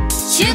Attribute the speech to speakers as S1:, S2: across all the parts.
S1: 刊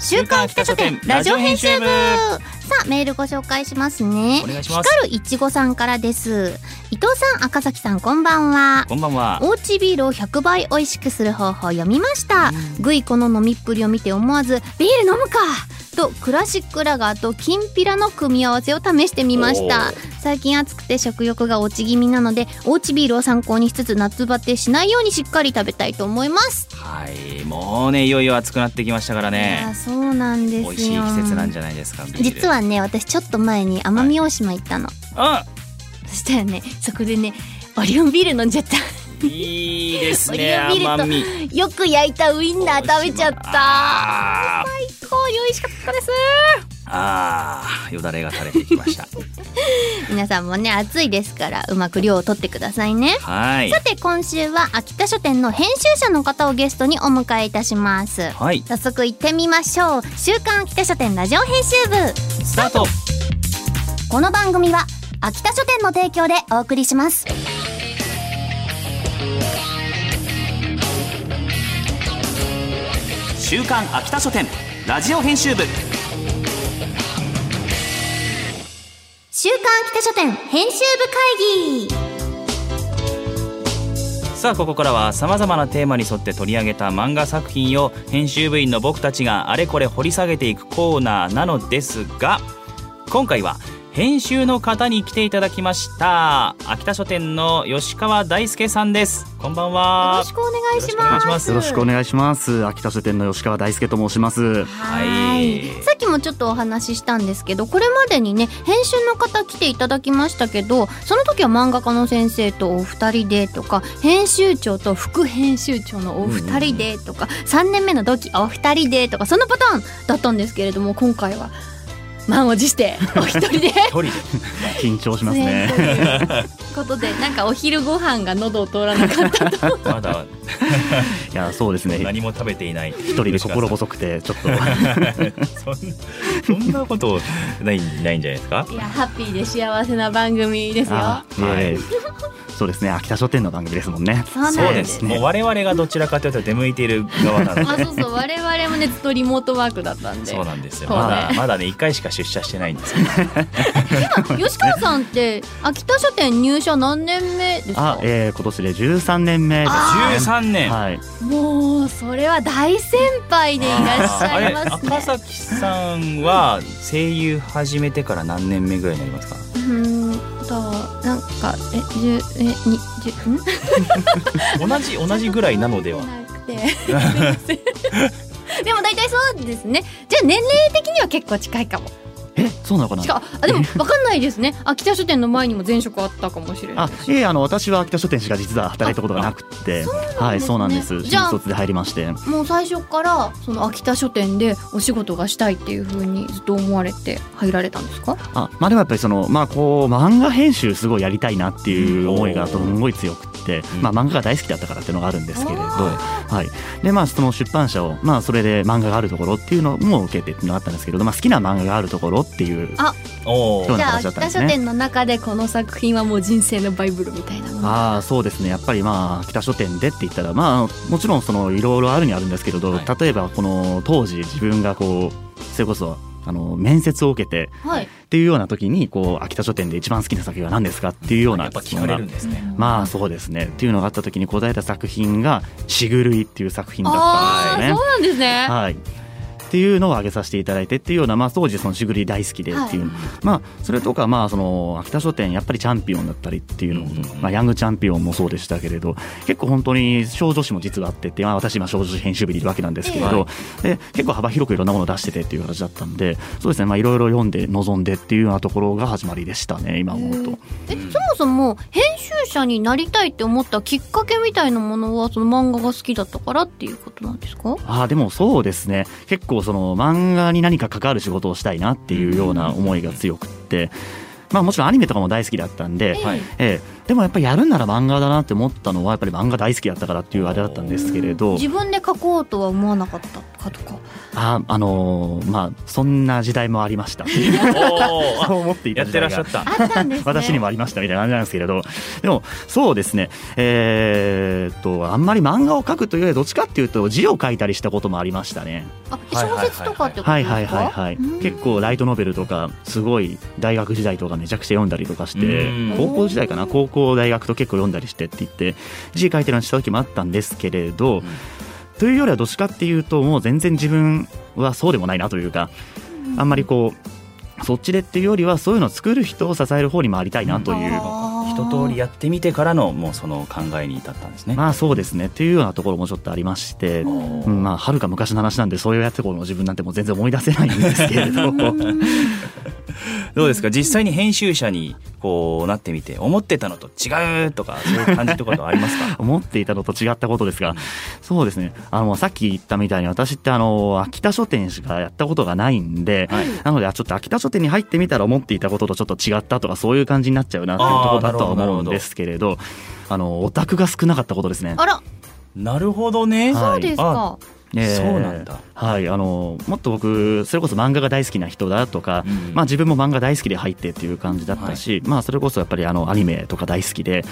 S2: 週刊秋田書店ラジオ編集部さあメールご紹介しますね
S3: お願いします
S2: 光るいちごさんからです伊藤さん赤崎さんこんばんは
S3: こんばんは
S2: おうちビールを100倍美味しくする方法を読みました、グイコの飲みっぷりを見て思わずビール飲むかとクラシックラガーときんぴらの組み合わせを試してみました
S3: お
S2: 最近暑くて食欲が落ち気味なのでおうちビールを参考にしつつ夏バテしないようにしっかり食べたいと思います、
S3: はいもうねいよいよ暑くなってきましたから
S2: いや
S3: ね
S2: そうなんですよ
S3: 美味しい季節なんじゃないですかビール
S2: 実はね私ちょっと前に奄美大島行ったの、
S3: あ
S2: そしたらねそこでねオリオンビール飲んじゃった
S3: いいですね
S2: オリオン
S3: 甘
S2: ビ
S3: み
S2: よく焼いたウインナー食べちゃった
S3: あー
S2: 最高に美味しかったです
S3: あーよだれが垂れてき ました
S2: 皆さんもね暑いですからうまく量を取ってくださいね
S3: はい
S2: さて今週は秋田書店の編集者の方をゲストにお迎えいたします
S3: はい
S2: 早速行ってみましょう週刊秋田書店ラジオ編集部
S3: スタート
S2: この番組は秋田書店の提供でお送りします
S3: 週刊秋田書店ラジオ編集部
S2: 週刊秋田書店編集部会議
S3: さあここからはさまざまなテーマに沿って取り上げた漫画作品を編集部員の僕たちがあれこれ掘り下げていくコーナーなのですが今回は編集の方に来ていただきました秋田書店の吉川大輔さんですこんばん
S2: よ
S3: は
S2: ろしくお願いします
S4: よろしくお
S2: いし
S4: 願いします。秋田書店の吉川大輔と申します。
S2: はい
S3: はい
S2: さっきもちょっとお話ししたんですけどこれまでにね編集の方来ていただきましたけどその時は漫画家の先生とお二人でとか編集長と副編集長のお二人でとか、3年目の同期お二人でとかそのパターンだったんですけれども今回は満を持してお一人で
S3: 一人で
S4: 緊張しますね。
S2: 出演 ということでなんかお昼ご飯が喉を通らなかったと
S3: まだ
S4: いや、そうですね。
S3: 何も食べていない一
S4: 一人で心細くて、ちょっと。 は
S3: そんそんなことないないんじゃないですか
S2: いやハッピーで幸せな番組ですよ。
S4: い。そうですね。秋田書店の番組ですもんね。
S2: そうなん
S3: そう
S2: で
S3: ですすもう我々がどちらかというと出向いている側なので
S2: あそうそう我々もねずっとリモートワークだったんで
S3: そうなんですよ。
S2: そうね
S3: まだ、まだね、一回しか出社してないんですけど。
S2: 吉川さんって秋田書店入社何年目です
S4: あ
S2: か、
S4: えー、今年で13年
S3: 十
S4: 目ですね。
S3: 三年。
S4: はい。
S2: もうそれは大先輩でいらっし
S3: あ
S2: ゃい
S3: れ、
S2: ます
S3: 赤
S2: ね
S3: 崎さんは声優始めてから何年目ぐらいになりますか。
S2: うーんとなんかえ十えに十ん
S3: 同じ、同じぐらいなのでは。
S2: なくてすいませんでも大体そうですねじゃあ年齢的には結構近いかも
S4: え、そうなのかな
S2: 近あでもわかんないですね秋田書店の前にも前職あったかもしれない
S4: あ、いえ、あの、私は秋田書店しか実は働いたことがなくて。はい、そうなんです。
S2: じゃあ
S4: 新卒で入りまして。
S2: もう最初からその秋田書店でお仕事がしたいっていうふうにずっと思われて入られたんですか
S4: あまあでもやっぱりそのまあこう漫画編集すごいやりたいなっていう思いがすごい強くって、
S3: うん
S4: まあ漫画が大好きだったからっていうのがあるんですけれど、
S2: お
S4: はい、でまあその出版社をまあそれで漫画があるところっていうのも受けてっていうのがあったんですけれど、まあ好きな漫画があるところっていう
S2: あ
S3: おお
S4: そ。う
S2: じゃあ
S4: なんです
S2: 秋田書店の中でこの作品はもう人生のバイブルみたいなもの
S4: ああそうですねやっぱりまあ北書店でって言ったらまああのもちろんそのいろいろあるにはあるんですけれど、
S3: はい
S4: 例えばこの当時自分がこうそれこそあの面接を受けて
S2: はい
S4: っていうような時にこう秋田書店で一番好きな作品は何ですかっていうような
S3: やっぱ聞かれるんですね。
S4: まあそうですねっていうのがあった時に答えた作品が「しぐるい」っていう作品だった
S2: ああ
S4: んです
S2: ーそう
S4: よね。
S2: なんですね
S4: はいっていうのを挙げさせていただいてっていうような、まあ、当時そのしぐるい大好きでっていう、
S2: は
S4: まあそれとかまあその秋田書店やっぱりチャンピオンだったりっていうのも、
S3: うんうんうん
S4: まあ、ヤングチャンピオンもそうでしたけれど結構本当に少女誌も実はあってって、まあ、私今少女誌編集部にいるわけなんですけれど、で結構幅広くいろんなものを出しててっていう形だったんでそうですねまあいろいろ読んで望んでっていうようなところが始まりでしたね今思うと。
S2: えそもそも編集者になりたいって思ったきっかけみたいなものはその漫画が好きだったからっていうことなんですか
S4: ああでもそうですね結構その漫画に何か関わる仕事をしたいなっていうような思いが強くって、まあ、もちろんアニメとかも大好きだったんで、
S2: はい
S4: ええでもやっぱりやるんなら漫画だなって思ったのはやっぱり漫画大好きだったからっていうあれだったんですけれど
S2: 自分で書こうとは思わなかったかと か
S4: ああのーまあそんな時代もありま したっていう
S3: お
S4: そう
S3: お
S4: 思ってい
S3: や
S4: た
S3: っ
S4: 時
S3: てら
S4: 代が
S3: っしゃった
S2: あったんですね
S4: 私にもありましたみたいな感じなんですけれどでもそうですねえーっとあんまり漫画を描くというよりどっちかっていうと字を書いたりしたこともありましたね
S2: あ小説とかってことですか
S4: はいはいはいはい、
S2: うん
S4: 結構ライトノベルとかすごい大学時代とかめちゃくちゃ読んだりとかして
S3: うん
S4: 高校時代かな高校大学と結構読んだりしてって言って字書いてるのした時もあったんですけれど、というよりはどっちかっていうともう全然自分はそうでもないなというかあんまりこうそっちでっていうよりはそういうのを作る人を支える方に回りたいなという。
S2: あー
S3: 一通りやってみてからのもうその考えに至ったんですね。
S4: まあそうですねっていうようなところもちょっとありまして、うんまあはるか昔の話なんでそういうやってこの自分なんてもう全然思い出せないんですけれど
S3: どうですか実際に編集者にこうなってみて思ってたのと違うとかそういう感じとかとあり ますか
S4: 思っていたのと違ったことですが、そうですねあのさっき言ったみたいに私ってあの秋田書店しかやったことがないんで、なのであちょっと秋田書店に入ってみたら思っていたこととちょっと違ったとかそういう感じになっちゃうなっていうところだとは
S3: あーなるほど
S4: 思うんですけれどあのオタクが少なかったことですね。
S2: あら
S3: なるほどね。
S4: は
S2: そ
S4: い
S2: うですか
S4: えー
S3: そうなんだ
S4: はいあのもっと僕それこそ漫画が大好きな人だとか、
S3: うん
S4: まあ、自分も漫画大好きで入ってっていう感じだったし、まあ、それこそやっぱりあのアニメとか大好きで,、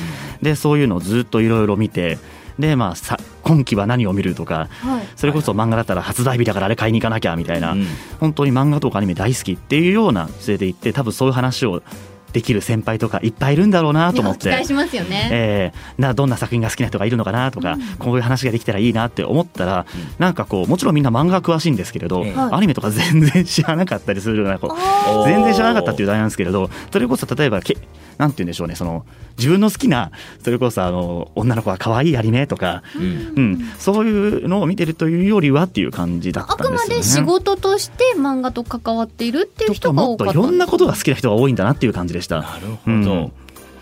S4: でそういうのをずっといろいろ見てで、まあ、さ今期は何を見るとか
S2: はい
S4: それこそ漫画だったら発売日だからあれ買いに行かなきゃみたいな、
S3: うん
S4: 本当に漫画とかアニメ大好きっていうような姿勢で行って多分そういう話をできる先輩とかいっぱいいるんだろうなと思っ
S2: 期待
S4: て。
S2: しますよね
S4: えーなどんな作品が好きな人がいるのかなとか、こういう話ができたらいいなって思ったら、なんかこうもちろんみんな漫画詳しいんですけれど、
S3: ええ
S2: はい
S4: アニメとか全然知らなかったりするようなこう
S3: おー
S4: 全然知らなかったっていう題なんですけれどそれこそ例えばけなんて言うんでしょうねその自分の好きなそれこそあの女の子が可愛いアニメとか、
S3: うん
S4: うん、そういうのを見てるというよりはっていう感じだっ
S2: あ
S4: た
S2: く
S4: んで
S2: ます
S4: よね。
S2: で仕事として漫画と関わっているっていう
S4: と
S2: 人
S4: か
S2: が
S4: もっ
S2: 多か
S4: と
S2: っ
S4: い
S2: た
S4: ろんなことが好きな人が多いんだなっていう感じでした。
S3: なる
S4: う
S3: ほど
S4: ん。、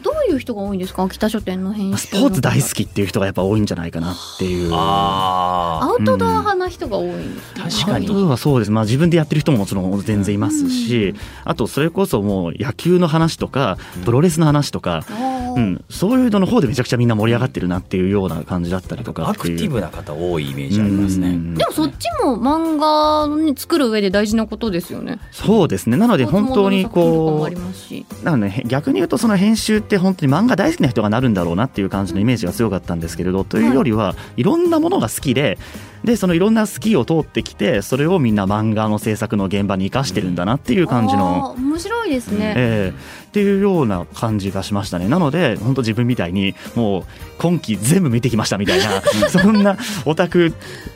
S2: どういう人が多いんですか北書店の編
S4: ス
S2: 集
S4: ポーツ大好きっていう人がやっぱ多いんじゃないかなっていう。
S3: あ
S2: アウトドア派な人が多いんですね、
S3: 確かに
S4: アウトドアはそうです、まあ、自分でやってる人ももちろん全然いますし、あとそれこそもう野球の話とかプロレスの話とか、
S2: あー
S4: うん、そういうのの方でめちゃくちゃみんな盛り上がってるなっていうような感じだったりと
S3: あ。
S4: か
S3: ア
S4: ってい
S3: ク
S4: う
S3: ティブな方多いイメージあります
S4: う
S3: ね。
S4: ん
S2: でもそっちも漫画をね作る上で大事なことですよね。
S4: そうですねなので本当にこ
S2: スポーツものの作品とかもあり
S4: う
S2: ますし
S4: なのでへ逆に言うとその編集って本当に漫画大好きな人がなるんだろうなっていう感じのイメージが強かったんですけれどというよりはいろんなものが好きででそのいろんな好きを通ってきてそれをみんな漫画の制作の現場に生かしてるんだなっていう感じ
S2: あ
S4: の。
S2: ー面白いですね。
S4: ええっていうような感じがしましたねなので本当自分みたいにもう今期全部見てきましたみたいなそんなオタク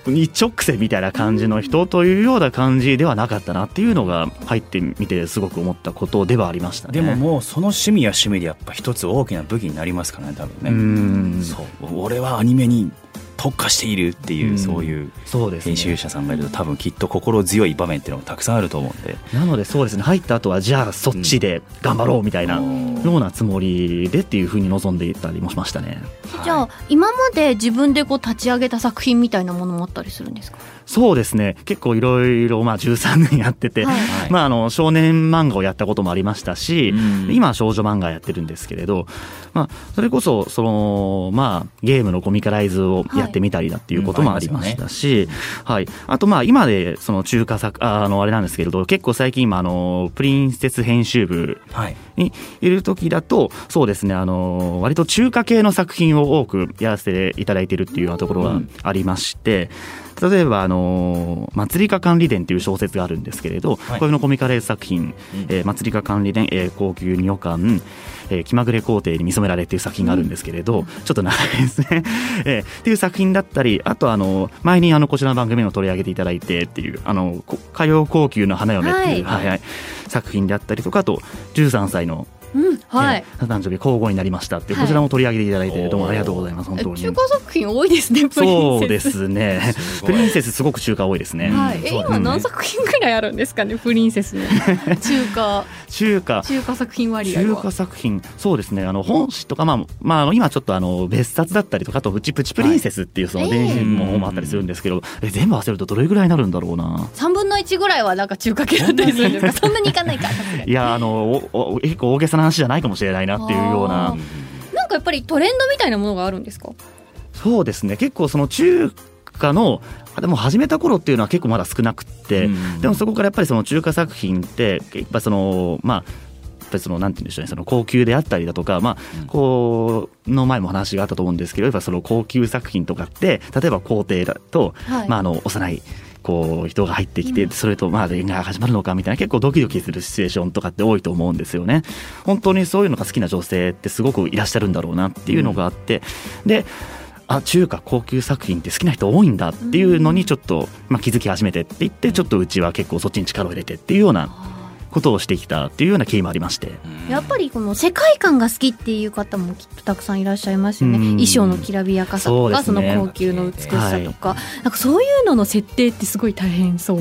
S4: に直線みたいな感じの人というような感じではなかったなっていうのが入ってみてすごく思ったことではありましたね。
S3: でももうその趣味や趣味でやっぱ一つ大きな武器になりますからね多
S4: う
S3: 分ね。
S4: ん
S3: そう俺はアニメに特化しているっていううんそういう
S4: そうです
S3: 編集
S4: ね、
S3: 者さんがいると多分きっと心強い場面っていうのもたくさんあると思うんで。
S4: なのでそうですね入った後はじゃあそっちで頑張ろうみたいなようなつもりでっていうふうに望んでいたりもしましたね。
S2: じゃあ今まで自分でこう立ち上げた作品みたいなものもあったりするんですか。
S4: そうですね結構いろいろまあ13年やってて、
S2: はい
S3: はい
S4: まあ、あの少年漫画をやったこともありましたし、
S3: うん
S4: 今は少女漫画やってるんですけれど、まあ、それこそその、まあ、ゲームのコミカライズをやってみたりだっていうこともありましたし、はいあとまあ今でその中華作ああのあれなんですけれど結構最近今あのプリンセス編集部
S3: はい。
S4: にいる時だとそうですねあの割と中華系の作品を多くやらせていただいてるっていうようなところがありまして。例えば、あの祭りか管理伝」っていう小説があるんですけれど、
S3: はい
S4: これのコミカレー作品「えー祭りか管理伝」えー「高級女官」えー「気まぐれ皇帝に見初められ」っていう作品があるんですけれど、ちょっと長いですね、 えーっていう作品だったりあと、あの前にあのこちらの番組でも取り上げていただいてっていう「あのこ歌謡高級の花嫁」っていう、
S2: は
S4: はいはい作品だったりとかあと13歳の
S2: うんはい。
S4: えー誕生日交互になりましたって、
S2: はい
S4: こちらも取り上げていただい
S3: お
S4: て
S3: ー
S4: どうもありがとうございます本当に
S2: 中華作品多いですね。プリンセス
S4: そうで。すね
S3: すご
S4: プ
S3: い
S4: リンセスすごく中華多いですね、
S2: はい。
S3: うん
S2: え
S3: そうだね
S2: 今何作品ぐらいあるんですかねプリンセスの中華
S4: 中華
S2: 中華作品割合
S4: 中
S2: は。
S4: 華作品そうですねあの本誌とか、まあまああの、今ちょっとあの別冊だったりとかあと「プチプチプリンセス」っていうその
S2: はい
S4: 電信も本もあったりするんですけど、え全部合わせるとどれぐらいになるんだろうな
S2: 三分の一ぐらいはなんか中華系だったりするんですか。そんなにいかないか。さすがに
S4: いやあのおお結構大げさな話じゃないかもしれないなっていうような
S2: あーなんかかやっぱりトレンドみたいなものがあるんですか
S4: そうですね結構その中華のあでも始めた頃っていうのは結構まだ少なくって、
S3: うん
S4: でもそこからやっぱりその中華作品ってやっぱそのまあやっぱりそのなんて言うんでしょうねその高級であったりだとか、ま
S3: うん
S4: あ、こうの前も話があったと思うんですけどやっぱその高級作品とかって例えば皇帝だと、
S2: はい
S4: まあ、あの幼いこう人が入ってきて
S2: うん
S4: それとまあ恋愛が始まるのかみたいな結構ドキドキするシチュエーションとかって多いと思うんですよね。本当にそういうのが好きな女性ってすごくいらっしゃるんだろうなっていうのがあって、であ中華高級作品って好きな人多いんだっていうのにちょっと、まあ、気づき始めてって言ってちょっとうちは結構そっちに力を入れてっていうようなことをしてきたっていうような経緯もありまして。
S2: やっぱりこの世界観が好きっていう方もきっとたくさんいらっしゃいますよね
S4: うん
S2: 衣装のきらびやかさとかそ,、
S4: そうですね
S2: の高級の美しさとか、なんかそういうのの設定ってすごい大変そう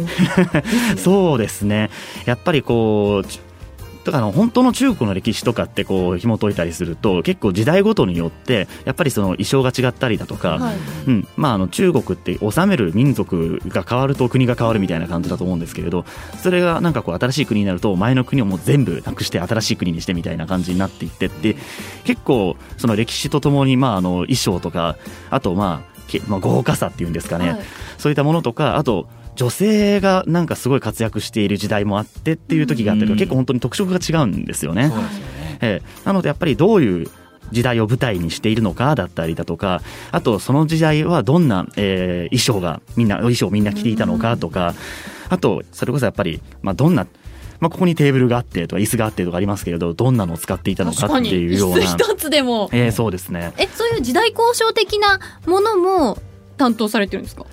S4: そうですね。やっぱりこう。ちだからあの本当の中国の歴史とかってこう紐解いたりすると結構時代ごとによってやっぱりその衣装が違ったりだとか、
S2: はい
S4: うんまあ、あの中国って治める民族が変わると国が変わるみたいな感じだと思うんですけれどそれがなんかこう新しい国になると前の国をもう全部なくして新しい国にしてみたいな感じになっていってって結構その歴史とともにまああの衣装とかあとまあけまあ、豪華さっていうんですかね、
S2: はい
S4: そういったものとかあと女性がなんかすごい活躍している時代もあってっていう時があったりと
S3: うん
S4: か結構本当に特色が違うんですよね。
S3: そうですよね。
S4: ええなのでやっぱりどういう時代を舞台にしているのかだったりだとかあとその時代はどんな、えー衣装がみんな衣装をみんな着ていたのかとかあとそれこそやっぱり、まあ、どんな、まあ、ここにテーブルがあってとか椅子があってとかありますけれどどんなのを使っていたのか
S2: 確
S4: っ
S2: か
S4: て
S2: に
S4: いうよう
S2: 椅子
S4: な、
S2: 一つでも
S4: ええそうですね
S2: えそういう時代交渉的なものも担当されてるんですか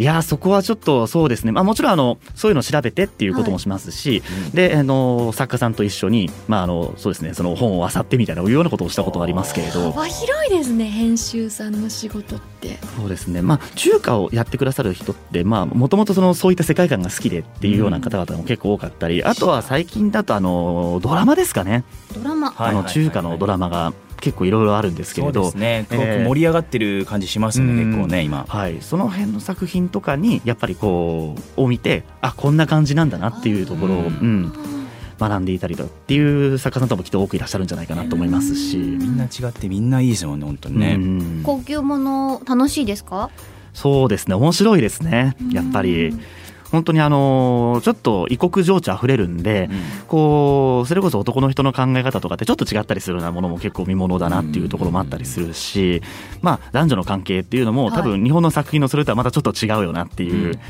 S4: いやーそこはちょっとそうですね、まあ、もちろんあのそういうのを調べてっていうこともしますし、であの作家さんと一緒に、まあ、あのそうですねその本を漁ってみたいないうようなことをしたことはありますけれど
S2: 幅広いですね編集さんの仕事って
S4: そうですね、まあ、中華をやってくださる人ってもともとそういった世界観が好きでっていうような方々も結構多かったり、あとは最近だとあのドラマですかね、
S2: ドラマ
S3: はいはいはいはい
S4: あの中華のドラマが結構いろいろあるんですけ
S3: そ
S4: れ
S3: うで
S4: ど
S3: すね。
S4: え
S3: すごく盛り上がってる感じしますね。
S4: うん
S3: 結構ね今。
S4: はい、その辺の作品とかにやっぱりこうを見てあこんな感じなんだなっていうところを、
S3: うん
S4: うん、学んでいたりだっていう作家さんともきっと多くいらっしゃるんじゃないかなと思いますし。
S2: うん
S3: みんな違ってみんないいですもんね本当にね。
S4: うん
S2: 高級もの楽しいですか
S4: そうですね面白いですねやっぱり
S2: うん
S4: 本当にあのちょっと異国情緒あふれるんで、こうそれこそ男の人の考え方とかってちょっと違ったりするようなものも結構見ものだなっていうところもあったりするし、まあ、男女の関係っていうのも
S2: はい
S4: 多分日本の作品のそれとはまたちょっと違うよなっていう、
S3: うん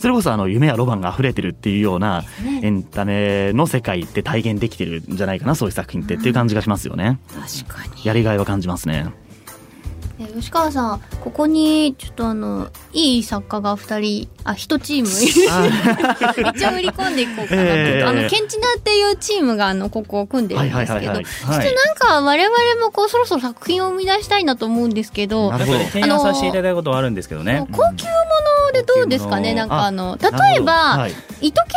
S4: それこそあの夢やロマンが溢れてるっていうような
S2: ね
S4: エンタメの世界って体現できてるんじゃないかなそういう作品ってっていう感じがしますよね。
S2: 確かに
S4: やりがいは感じますね。
S2: え吉川さんここにちょっとあのいい作家が二人あ一チーム 一応売り込んでいこうかなと、
S4: ええ
S2: あのケンチナっていうチームがあのここを組んでるんですけど、
S4: はいはいはいはい
S3: はい。
S2: なんか我々もこうそろそろ作品を生み出したいなと思うんですけど
S4: なる
S3: やっ
S4: ほ
S3: ぱり
S4: ど
S3: 提案させていただいたことはあるんですけどね。
S2: 高級ものでどうですかね
S3: うん
S2: なんかあの例えば、
S4: なるほどはい
S2: 糸犬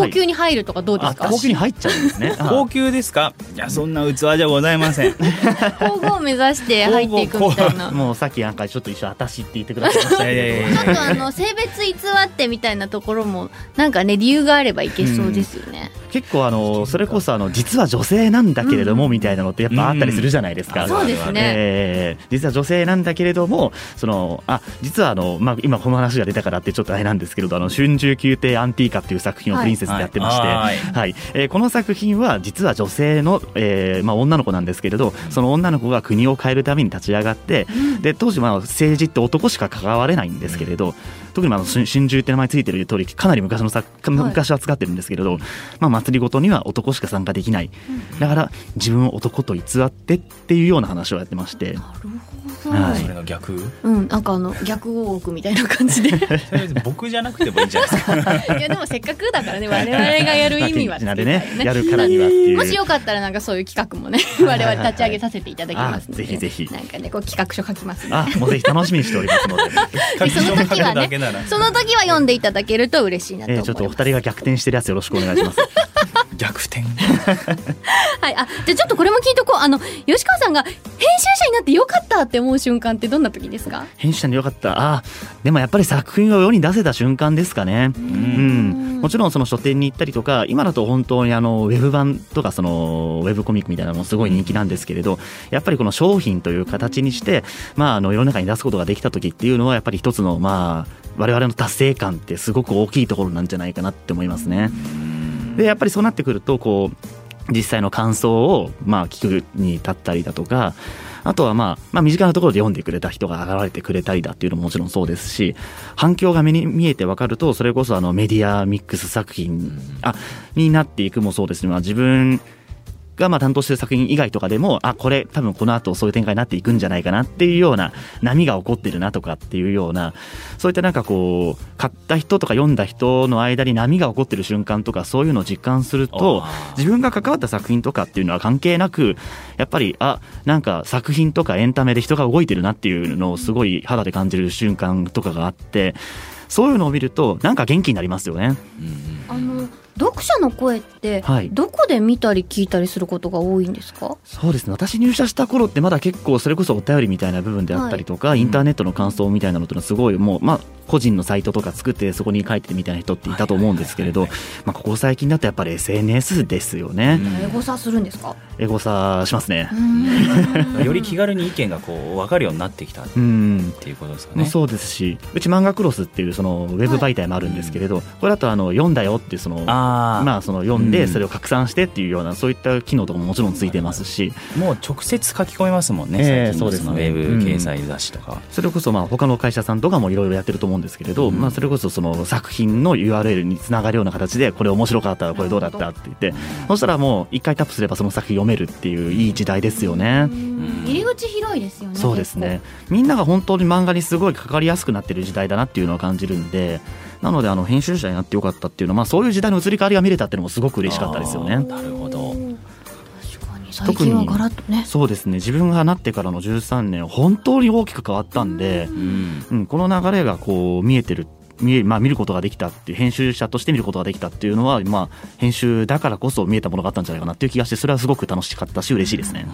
S2: が高級に入るとかどうです
S4: あ
S2: か、
S4: 高級に入っちゃうんですね。
S3: 高級ですか？いやそんな器じゃございま せん。
S2: 工具を目指して入っていくみたいな
S4: あ
S2: ち
S4: もうさっきなんかちょっと一緒あたしって言ってくださいました
S3: いやいやい
S4: け
S3: や
S4: ど
S2: ょっ
S3: いや
S2: とあの性別偽ってみたいなところもなんかね理由があればいけそうですよね、
S4: 結構あのそれこそあの実は女性なんだけれどもみたいなのってやっぱあったりするじゃないですか。
S3: うん
S2: そうですね、
S4: えー実は女性なんだけれどもそのあ実はあの、まあ、今この話が出たからってちょっとあれなんですけれど「あの春秋宮廷アンティーカ」っていう作品をプリンセスでやってまして、
S3: はい
S4: はいえーこの作品は実は女性の、えーまあ、女の子なんですけれどその女の子が国を変えるために立ち上がってで当時まあ政治って男しか関われないんですけれど特にまあ春春秋って名前ついてる通りかなり昔の作
S2: はい
S4: 昔は使ってるんですけれど、まあ、祭りごとには男しか参加できないだから自分を男と偽ってっていうような話をやってまして。
S2: なるほど、
S4: はい
S3: それが逆。と
S2: うん、なんかあの逆ウォークみたいな感じでい
S3: りあえず僕じゃなくてもいいんじゃないですか。
S2: やでもせっかくだからね我々がやる意味は
S4: まあ
S2: 作
S4: 手
S2: りた
S4: 品
S2: い
S4: でねやるからにはっていう
S2: もしよかったらなんかそういう企画もね我々立ち上げさせていただきますので、
S4: あぜひぜひ
S2: なんかねこう企画書書きますの
S4: あもうぜひ楽しみにしておりますので、
S2: でその時は
S3: だ
S2: ね
S3: けなら。
S2: その時は読んでいただけると嬉しいなと
S4: え
S2: 思います、
S4: ーちょっとお二人が逆転してるやつよろしくお願いします。
S3: 逆転
S2: はい、あ、じゃあちょっとこれも聞いとこう。あの、吉川さんが編集者になってよかったって思う瞬間ってどんな時ですか
S4: 編集者でよかったあーでもやっぱり作品を世に出せた瞬間ですかね。うん
S2: うん
S4: もちろんその書店に行ったりとか今だと本当にあのウェブ版とかそのウェブコミックみたいなのもすごい人気なんですけれどやっぱりこの商品という形にして、まあ、あの世の中に出すことができた時っていうのはやっぱり一つのまあ我々の達成感ってすごく大きいところなんじゃないかなって思いますね。でやっぱりそうなってくるとこう実際の感想をまあ聞くに至ったりだとかあとは、まあ、まあ身近なところで読んでくれた人が現れてくれたりだっていうのももちろんそうですし反響が目に見えて分かるとそれこそあのメディアミックス作品あになっていくもそうですし、まあ、自分がまあ担当してる作品以外とかでもあこれ多分この後そういう展開になっていくんじゃないかなっていうような波が起こってるなとかっていうようなそういったなんかこう買った人とか読んだ人の間に波が起こってる瞬間とかそういうのを実感すると
S3: あー
S4: 自分が関わった作品とかっていうのは関係なくやっぱりあなんか作品とかエンタメで人が動いてるなっていうのをすごい肌で感じる瞬間とかがあってそういうのを見るとなんか元気になりますよね。
S2: あの、読者の声って、
S4: はい
S2: どこで見たり聞いたりすることが多いんですか
S4: そうですね私入社した頃ってまだ結構それこそお便りみたいな部分であったりとか、インターネットの感想みたいなのってのはすごいもうまあ個人のサイトとか作ってそこに書いてみたいな人っていたと思うんですけれどまあここ最近だとやっぱり SNS ですよね、
S2: エゴサするんですか
S4: エゴサしますね
S2: うーん
S3: より気軽に意見がこう分かるようになってきたっ
S4: うん
S3: ていうことですか
S4: まあ
S3: ね。
S4: そうですしうち漫画クロスっていうそのウェブ媒体もあるんですけれど、これだとあの読んだよっていうその
S3: ああ、
S4: まあその読ん
S3: う
S4: で
S3: ん
S4: それを拡散してっていうようなそういった機能とかももちろんついてますし
S3: もう直接書き込めますもんね。最近
S4: ええ
S3: の
S4: そうですね
S3: のウェブ掲載雑誌とかは。
S4: それこそまあ他の会社さんとかもいろいろやってると思うんですけれ
S3: う
S4: ど、
S3: ん
S4: まあ、それこそその作品の URL につながるような形でこれ面白かったこれどうだったって言ってそしたらもう一回タップすればその作品読めるっていういい時代ですよね。
S2: うん入り口広いですよね。
S4: そうですねみんなが本当に漫画にすごいかかりやすくなってる時代だなっていうのを感じるんでなのであの編集者になってよかったっていうのは、まあ、そういう時代の移り変わりが見れたっていうのもすごく嬉しかったですよ
S3: あ
S4: ね
S3: ー。なるほど。
S2: 結構。確かに最近はガラッとね。
S4: そうですね自分がなってからの13年本当に大きく変わったんで、
S3: うん。
S4: うん、この流れがこう見えてる見え、まあ、見ることができたっていう編集者として見ることができたっていうのは、まあ、編集だからこそ見えたものがあったんじゃないかなっていう気がしてそれはすごく楽しかったし嬉しいですね。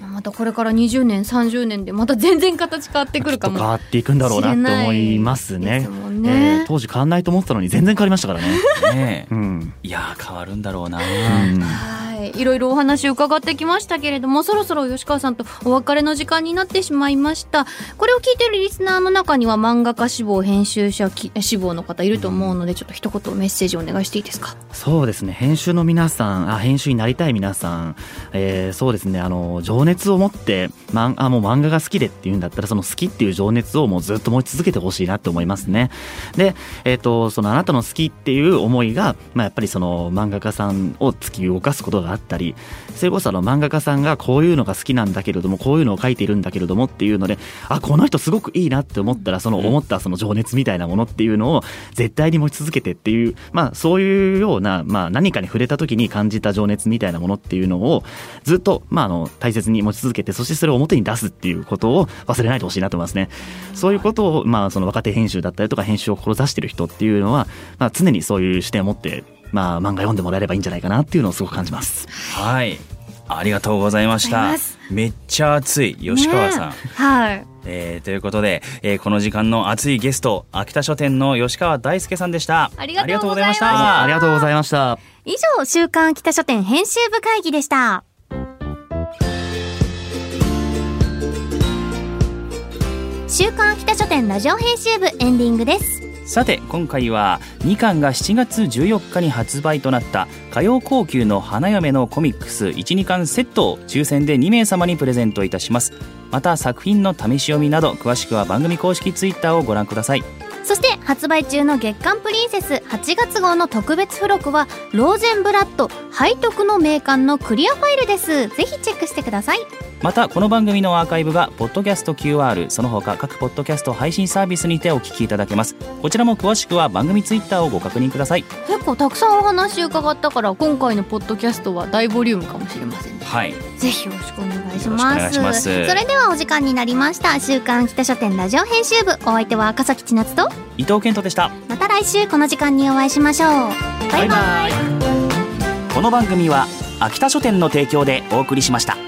S2: またこれから20年30年でまた全然形変わってくるかも
S4: 変わっていくんだろうなって思いますね。
S2: 知れないですもんね
S4: えー当時変わんないと思ってたのに全然変わりましたからね。
S3: ねえ
S4: うん、
S3: いやー変わるんだろうな。
S4: うん
S2: はい、いろいろお話伺ってきましたけれども、そろそろ吉川さんとお別れの時間になってしまいました。これを聞いているリスナーの中には漫画家志望、編集者き志望の方いると思うので、ちょっと一言メッセージお願いしていいですか。
S4: そうですね編集の皆さんあ編集になりたい皆さん、えーそうですねあの情熱を持ってまんあもう漫画が好きでっていうんだったらその好きっていう情熱をもうずっと持ち続けてほしいなって思いますねで、えー、とそのあなたの好きっていう思いが、まあ、やっぱりその漫画家さんを突き動かすことがあったりそれこそあの漫画家さんがこういうのが好きなんだけれどもこういうのを書いているんだけれどもっていうのであこの人すごくいいなって思ったらその思ったその情熱みたいなものっていうのを絶対に持ち続けてっていうまあそういうような、まあ、何かに触れた時に感じた情熱みたいなものっていうのをずっと、まあ、あの大切に持ち続けてそしてそれを表に出すっていうことを忘れないでほしいなと思いますね。そういうことを、まあ、その若手編集だったりとか編集を志してる人っていうのは、まあ、常にそういう視点を持って、まあ、漫画読んでもらえればいいんじゃないかなっていうのをすごく感じます。
S3: はい。ありがとうございまし
S2: あり
S3: た
S2: がとうござい。
S3: めっちゃ熱い吉川さん。
S2: ねえはい。
S3: えーということで、えーこの時間の熱いゲスト秋田書店の吉川大輔さんでした
S2: ありがとうございました
S3: ありがとうございま
S4: ありがとうございました。
S1: 以上、週刊北書店編集部会議でした。週刊北書店ラジオ編集部エンディングです。
S3: さて今回は2巻が7月14日に発売となった火曜高級の花嫁のコミックス12巻セットを抽選で2名様にプレゼントいたしますまた作品の試し読みなど詳しくは番組公式ツイッターをご覧ください
S1: そして発売中の月刊プリンセス8月号の特別付録はローゼンブラッド背徳の名鑑のクリアファイルです。ぜひチェックしてください。
S3: またこの番組のアーカイブがポッドキャスト QR その他各ポッドキャスト配信サービスにてお聞きいただけますこちらも詳しくは番組ツイッターをご確認ください
S2: 結構たくさんお話伺ったから、今回のポッドキャストは大ボリュームかもしれませんね。
S3: はい
S1: ぜひよろしくお願いし
S3: よろしくお
S1: ま
S3: 願い
S1: す。
S3: します
S1: それではお時間になりました。週刊北書店ラジオ編集部。お相手は赤崎千夏と、
S3: 伊藤健人でした
S1: また来週この時間にお会いしましょう。バイバイ。
S3: このこの番組は秋田書店の提供でお送りしました